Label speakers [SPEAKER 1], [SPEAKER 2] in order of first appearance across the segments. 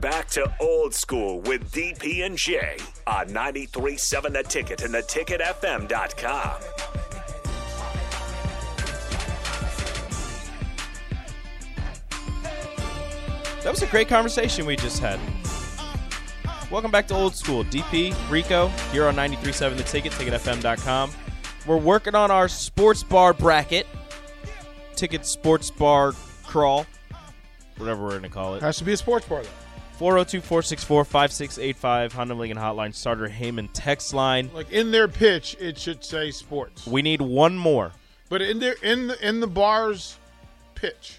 [SPEAKER 1] Back to old school with DP and J on 93.7 The Ticket and theticketfm.com.
[SPEAKER 2] That was a great conversation we just had. Welcome back to Old School. DP, Rico, you're on 93.7 The Ticket, ticketfm.com. We're working on our sports bar bracket. Ticket sports bar crawl. Whatever we're going to call it.
[SPEAKER 3] Has to be a sports bar, though.
[SPEAKER 2] 402-464-5685, Honda Lincoln Hotline, starter Heyman text line.
[SPEAKER 3] Like in their pitch, it should say sports.
[SPEAKER 2] We need one more.
[SPEAKER 3] But in their in the in the bar's pitch,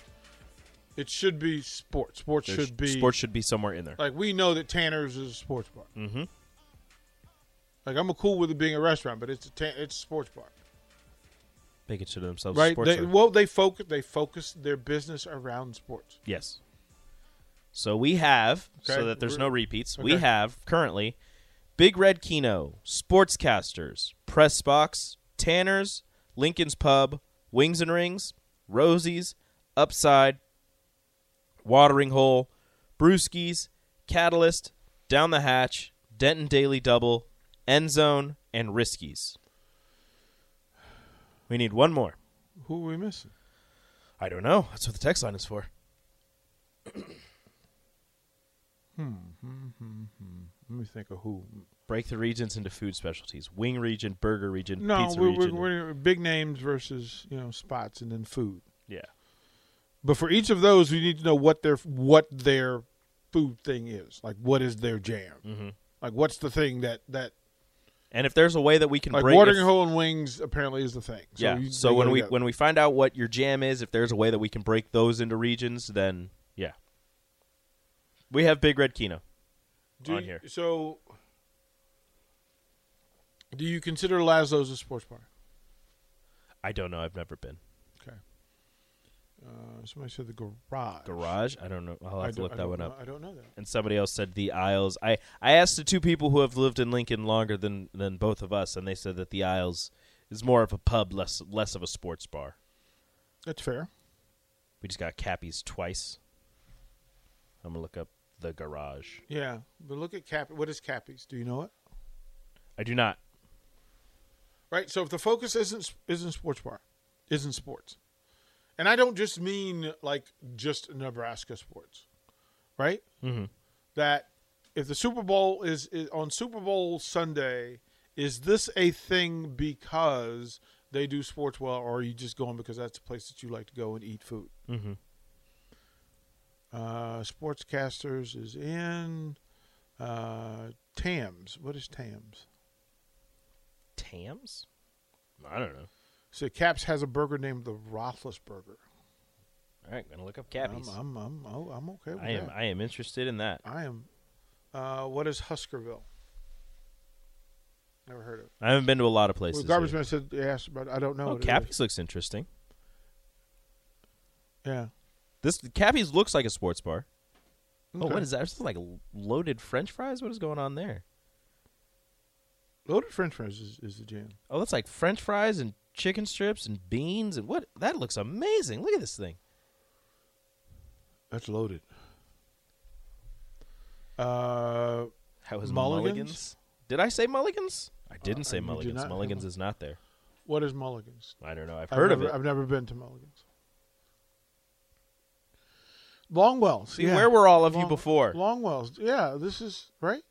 [SPEAKER 3] it should be sports. Sports
[SPEAKER 2] There's-
[SPEAKER 3] should be
[SPEAKER 2] Sports should be somewhere in there.
[SPEAKER 3] Like we know that Tanner's is a sports bar. Mm-hmm. Like I'm cool with it being a restaurant, but it's a ta- it's a sports bar,
[SPEAKER 2] Make it to themselves.
[SPEAKER 3] right?
[SPEAKER 2] sports
[SPEAKER 3] They,
[SPEAKER 2] are-
[SPEAKER 3] well, they focus they focus their business around sports.
[SPEAKER 2] Yes. So we have, so
[SPEAKER 3] Okay,
[SPEAKER 2] that there's
[SPEAKER 3] we're-
[SPEAKER 2] no repeats, we
[SPEAKER 3] okay.
[SPEAKER 2] have currently Big Red Kino, Sportscasters, Press Box, Tanner's, Lincoln's Pub, Wings and Rings, Rosie's, Upside, Watering Hole, Brewski's, Catalyst, Down the Hatch, Denton Daily Double, End Zone, and Riskies. We need one more.
[SPEAKER 3] Who are we missing?
[SPEAKER 2] I don't know. That's what the text line is for.
[SPEAKER 3] Let me think of who.
[SPEAKER 2] break the regions into food specialties: wing region, burger region,
[SPEAKER 3] No,
[SPEAKER 2] pizza
[SPEAKER 3] we're, we're,
[SPEAKER 2] region.
[SPEAKER 3] we're big names versus you know spots and then food.
[SPEAKER 2] yeah,
[SPEAKER 3] But for each of those, we need to know what their what their food thing is. Like, what is their jam? Mm-hmm. Like, what's the thing that that
[SPEAKER 2] and if there's a way that we can
[SPEAKER 3] like
[SPEAKER 2] break,
[SPEAKER 3] watering
[SPEAKER 2] if-
[SPEAKER 3] hole and wings apparently is the thing. So
[SPEAKER 2] yeah.
[SPEAKER 3] you-
[SPEAKER 2] so
[SPEAKER 3] they
[SPEAKER 2] when
[SPEAKER 3] go
[SPEAKER 2] we
[SPEAKER 3] together.
[SPEAKER 2] when we find out what your jam is, if there's a way that we can break those into regions, then yeah, we have Big Red Kino.
[SPEAKER 3] do
[SPEAKER 2] on
[SPEAKER 3] you-
[SPEAKER 2] here.
[SPEAKER 3] so do you consider Lazlo's a sports bar?
[SPEAKER 2] I don't know. I've never been
[SPEAKER 3] Okay. Uh, somebody said the garage.
[SPEAKER 2] garage. I don't know. I'll
[SPEAKER 3] I
[SPEAKER 2] have to
[SPEAKER 3] don't-
[SPEAKER 2] look
[SPEAKER 3] I
[SPEAKER 2] that
[SPEAKER 3] don't
[SPEAKER 2] one
[SPEAKER 3] know-
[SPEAKER 2] up.
[SPEAKER 3] I don't know that.
[SPEAKER 2] And somebody else said the Isles. I I asked the two people who have lived in Lincoln longer than than both of us, and they said that the Isles is more of a pub, less less of a sports bar.
[SPEAKER 3] That's fair.
[SPEAKER 2] We just got Cappies twice. I'm gonna look up the garage.
[SPEAKER 3] Yeah, but look at Cap. What is Cappies? Do you know it?
[SPEAKER 2] I do not.
[SPEAKER 3] right? So if the focus isn't isn't sports bar, isn't sports, and I don't just mean like just Nebraska sports, right? Mm-hmm. That if the Super Bowl is, is on Super Bowl Sunday, is this a thing because they do sports well, or are you just going because that's the place that you like to go and eat food?
[SPEAKER 2] Mm-hmm.
[SPEAKER 3] Uh, sportscasters is in. Uh, Tams, what is Tams?
[SPEAKER 2] Tams? I don't know.
[SPEAKER 3] So Caps has a burger named the Roethlisberger.
[SPEAKER 2] All right, I'm gonna look up
[SPEAKER 3] I'm,
[SPEAKER 2] Cappies.
[SPEAKER 3] I'm, I'm, oh, I'm okay with
[SPEAKER 2] I am.
[SPEAKER 3] that.
[SPEAKER 2] I am interested in that.
[SPEAKER 3] I am. Uh, what is Huskerville? Never heard of. it.
[SPEAKER 2] I haven't been to a lot of places.
[SPEAKER 3] Well, garbage
[SPEAKER 2] here.
[SPEAKER 3] man said they asked about. I don't know.
[SPEAKER 2] Oh,
[SPEAKER 3] what it
[SPEAKER 2] Cappies
[SPEAKER 3] is.
[SPEAKER 2] looks interesting.
[SPEAKER 3] Yeah.
[SPEAKER 2] This Cappies looks like a sports bar. Oh,
[SPEAKER 3] Okay.
[SPEAKER 2] what is that? Is this like loaded French fries? What is going on there?
[SPEAKER 3] Loaded French fries is, is the jam.
[SPEAKER 2] Oh, that's like French fries and chicken strips and beans and what? That looks amazing. Look at this thing.
[SPEAKER 3] That's loaded. Uh,
[SPEAKER 2] How is
[SPEAKER 3] Mulligans? Uh,
[SPEAKER 2] Mulligans? Did I say Mulligans? I didn't say
[SPEAKER 3] you did
[SPEAKER 2] Mulligans.
[SPEAKER 3] not.
[SPEAKER 2] Mulligans is not there.
[SPEAKER 3] what is Mulligan's?
[SPEAKER 2] I don't know. I've
[SPEAKER 3] I've
[SPEAKER 2] heard of
[SPEAKER 3] never-
[SPEAKER 2] it.
[SPEAKER 3] I've never been to Mulligan's. Longwells.
[SPEAKER 2] See,
[SPEAKER 3] yeah.
[SPEAKER 2] where were all of you
[SPEAKER 3] Long-
[SPEAKER 2] before?
[SPEAKER 3] Longwells. Yeah, this is right.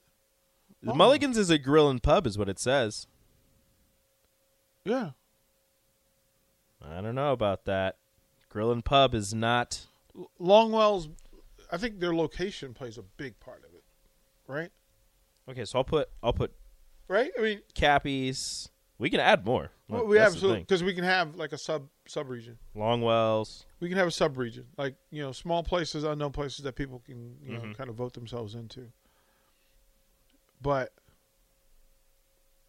[SPEAKER 2] The Mulligan's is a grill and pub, is what it says.
[SPEAKER 3] Yeah,
[SPEAKER 2] I don't know about that. Grill and pub is not.
[SPEAKER 3] Longwells. I think their location plays a big part of it, right?
[SPEAKER 2] Okay, so I'll put I'll put
[SPEAKER 3] Right. I mean,
[SPEAKER 2] Cappies. We can add more.
[SPEAKER 3] well,
[SPEAKER 2] Look,
[SPEAKER 3] we
[SPEAKER 2] that's the
[SPEAKER 3] absolutely
[SPEAKER 2] thing.
[SPEAKER 3] because we can have like a sub sub region.
[SPEAKER 2] Longwells.
[SPEAKER 3] We can have a sub region, like you know, small places, unknown places that people can you
[SPEAKER 2] Mm-hmm.
[SPEAKER 3] know kind of vote themselves into. But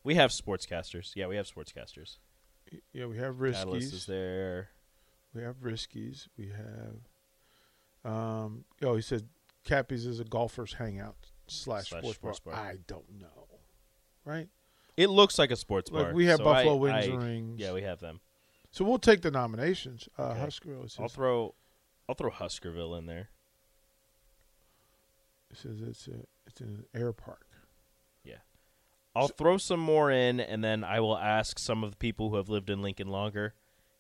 [SPEAKER 2] We have sportscasters. Yeah, we have sportscasters.
[SPEAKER 3] yeah, we have
[SPEAKER 2] Catalyst is
[SPEAKER 3] riskies.
[SPEAKER 2] there.
[SPEAKER 3] We have riskies. We have. Um. Oh, he said Cappies is a golfers hangout slash,
[SPEAKER 2] Slash
[SPEAKER 3] sports,
[SPEAKER 2] sports
[SPEAKER 3] bar.
[SPEAKER 2] bar.
[SPEAKER 3] I don't know. Right.
[SPEAKER 2] It looks like a sports
[SPEAKER 3] Look,
[SPEAKER 2] bar.
[SPEAKER 3] we have
[SPEAKER 2] so
[SPEAKER 3] Buffalo
[SPEAKER 2] I-
[SPEAKER 3] Wings
[SPEAKER 2] I-
[SPEAKER 3] and Rings.
[SPEAKER 2] Yeah, we have them.
[SPEAKER 3] So we'll take the nominations. Uh,
[SPEAKER 2] Okay.
[SPEAKER 3] Huskerville it
[SPEAKER 2] I'll
[SPEAKER 3] says,
[SPEAKER 2] throw I'll throw Huskerville in there.
[SPEAKER 3] it says it's a, it's in an air park.
[SPEAKER 2] I'll throw some more in, and then I will ask some of the people who have lived in Lincoln longer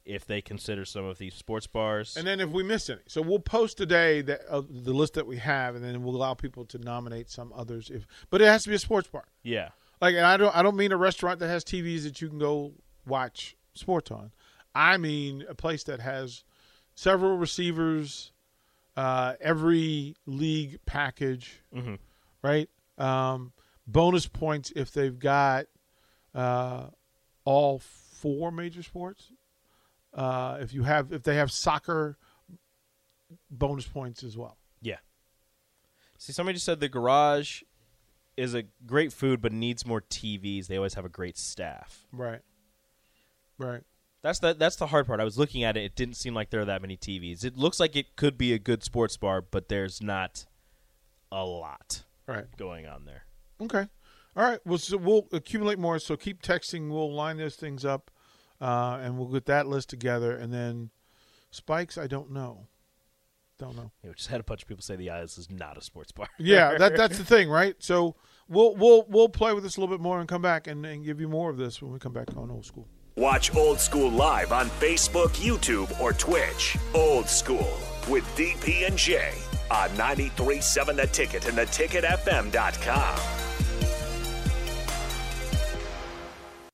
[SPEAKER 2] if they consider some of these sports bars.
[SPEAKER 3] And then if we missed any, so we'll post today that uh, the list that we have, and then we'll allow people to nominate some others. If but it has to be a sports bar.
[SPEAKER 2] yeah,
[SPEAKER 3] Like, and I don't I don't mean a restaurant that has TVs that you can go watch sports on. I mean a place that has several receivers, uh, every league package,
[SPEAKER 2] Mhm.
[SPEAKER 3] right? Um, bonus points if they've got uh, all four major sports. Uh, if you have if they have soccer, bonus points as well.
[SPEAKER 2] yeah. See, somebody just said the garage is a great food, but needs more TVs. They always have a great staff.
[SPEAKER 3] Right. Right.
[SPEAKER 2] That's the that's the hard part. I was looking at it; it didn't seem like there are that many TVs. It looks like it could be a good sports bar, but there's not a lot
[SPEAKER 3] Right.
[SPEAKER 2] going on there.
[SPEAKER 3] Okay. All right. Well, so we'll accumulate more. So keep texting. We'll line those things up, uh, and we'll get that list together. And then spikes. I don't know. Don't know.
[SPEAKER 2] Yeah, we just had a bunch of people say the Isles is not a sports bar.
[SPEAKER 3] Yeah, that that's the thing, right? So we'll we'll we'll play with this a little bit more and come back and, and give you more of this when we come back on old school.
[SPEAKER 1] Watch Old School live on Facebook, YouTube, or Twitch. Old School with DP and J on 937 The Ticket and theticketfm.com.